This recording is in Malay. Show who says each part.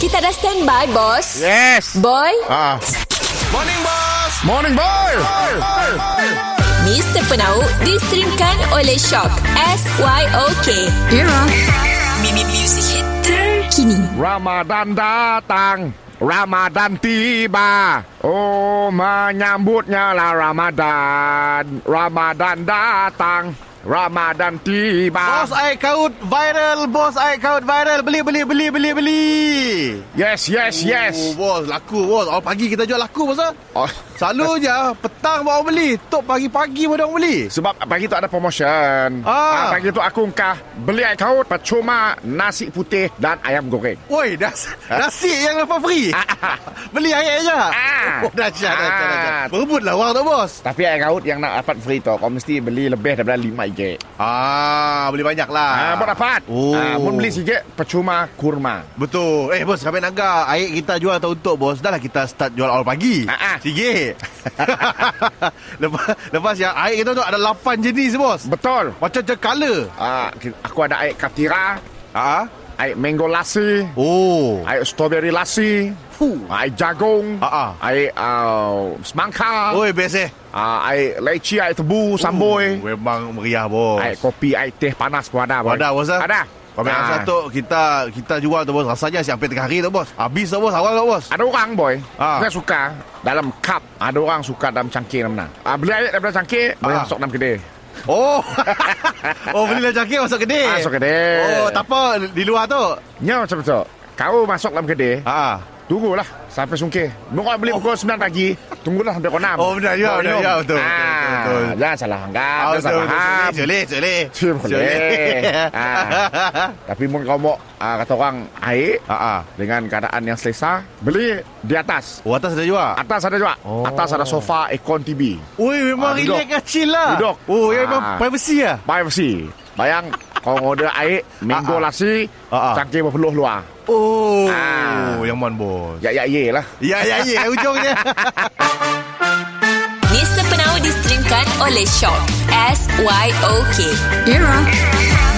Speaker 1: Kita dah standby, bos.
Speaker 2: Yes.
Speaker 1: Boy,
Speaker 2: Ah.
Speaker 3: Morning Boss
Speaker 2: Morning boy.
Speaker 1: Mr. Penau distrimkan oleh Shock. S-Y-O-K. Era. Mimi Music Hit terkini.
Speaker 2: Ramadan datang. Ramadan tiba Oh menyambutnya lah Ramadan Ramadan datang Ramadan tiba
Speaker 3: Bos air kaut viral Bos air kaut viral Beli beli beli beli beli
Speaker 2: Yes yes yes
Speaker 3: oh, Bos laku bos Awal pagi kita jual laku bos ah.
Speaker 2: oh,
Speaker 3: Selalu je ah. Petang bawa beli Tok pagi-pagi pun orang beli
Speaker 2: Sebab pagi tu ada promotion
Speaker 3: Ah.
Speaker 2: Pagi tu aku ungkah Beli air kaut percuma Nasi putih dan ayam goreng
Speaker 3: Oi das,
Speaker 2: Ha?
Speaker 3: Nasi yang lepas free Beli air je
Speaker 2: Ah.
Speaker 3: oh, Dahsyat dahsyat
Speaker 2: Ah.
Speaker 3: dahsyat Berebutlah orang tu bos
Speaker 2: Tapi air kaut yang nak dapat free tu Kau mesti beli lebih daripada lima je
Speaker 3: Ah, Beli banyak lah
Speaker 2: Ah, buat dapat.
Speaker 3: Oh.
Speaker 2: Ah, mun beli sikit percuma kurma.
Speaker 3: Betul Eh bos sampai naga Air kita jual tak untuk bos Dah lah kita start jual awal pagi
Speaker 2: Ah, ah.
Speaker 3: Sikit lepas, lepas yang air kita tu ada 8 jenis bos
Speaker 2: Betul.
Speaker 3: Macam-macam colour
Speaker 2: Ah, ki- aku ada air katira,
Speaker 3: Ah.
Speaker 2: air mango lassi,
Speaker 3: Oh
Speaker 2: air strawberry lassi,
Speaker 3: Fuh.
Speaker 2: air jagung,
Speaker 3: Ah, ah.
Speaker 2: air uh, semangka,
Speaker 3: Oi best eh
Speaker 2: ah, air leci, air tebu, samboi,
Speaker 3: Oh, Memang meriah bos
Speaker 2: eh. air kopi, air teh panas pun ada. boy.
Speaker 3: Ada bos ah?
Speaker 2: Ada.
Speaker 3: Kami ah. satu kita kita jual tu bos rasanya sampai tengah hari tu bos. Habis tu bos awal tu bos.
Speaker 2: Ada orang boy
Speaker 3: Ah.
Speaker 2: Saya suka Dalam cup Ada orang suka dalam cangkir namna. ah, Beli air daripada cangkir Boleh
Speaker 3: Ah.
Speaker 2: masuk dalam kedai
Speaker 3: Oh. oh belilah jaket masuk kedai.
Speaker 2: Masuk kedai.
Speaker 3: Oh tak apa di luar tu.
Speaker 2: Ya macam tu Kau masuk dalam kedai
Speaker 3: Ha.
Speaker 2: Tunggulah sampai sungkir. Bukan beli pukul 9 pagi. Tunggulah sampai pukul 6.
Speaker 3: Oh, benar juga, benar juga, betul,
Speaker 2: Ah,
Speaker 3: betul, betul, betul. Ah,
Speaker 2: Jangan salah anggap, jangan salah faham.
Speaker 3: Boleh, boleh.
Speaker 2: Cik, boleh. Ah. Tapi mun kau mau ah, kata orang air
Speaker 3: Ha ah.
Speaker 2: dengan keadaan yang selesa, beli di atas.
Speaker 3: Oh atas ada jual.
Speaker 2: Atas ada juga.
Speaker 3: Oh.
Speaker 2: Atas ada sofa, aircon TV.
Speaker 3: Oi
Speaker 2: Ah,
Speaker 3: memang
Speaker 2: duduk.
Speaker 3: relax ah chill lah.
Speaker 2: Duduk.
Speaker 3: Oh ya memang
Speaker 2: Ah.
Speaker 3: privacy ah.
Speaker 2: Privacy. Bayang kau order air, mango
Speaker 3: Ah, ah.
Speaker 2: lassi,
Speaker 3: Ah, ah.
Speaker 2: cangkir berpeluh luar.
Speaker 3: Oh,
Speaker 2: Ah.
Speaker 3: yang man bos.
Speaker 2: Ya, ya, ye lah.
Speaker 3: Ya ya ya ujungnya.
Speaker 1: Mr. Penau distrimkan oleh Shock. S-Y-O-K. Era.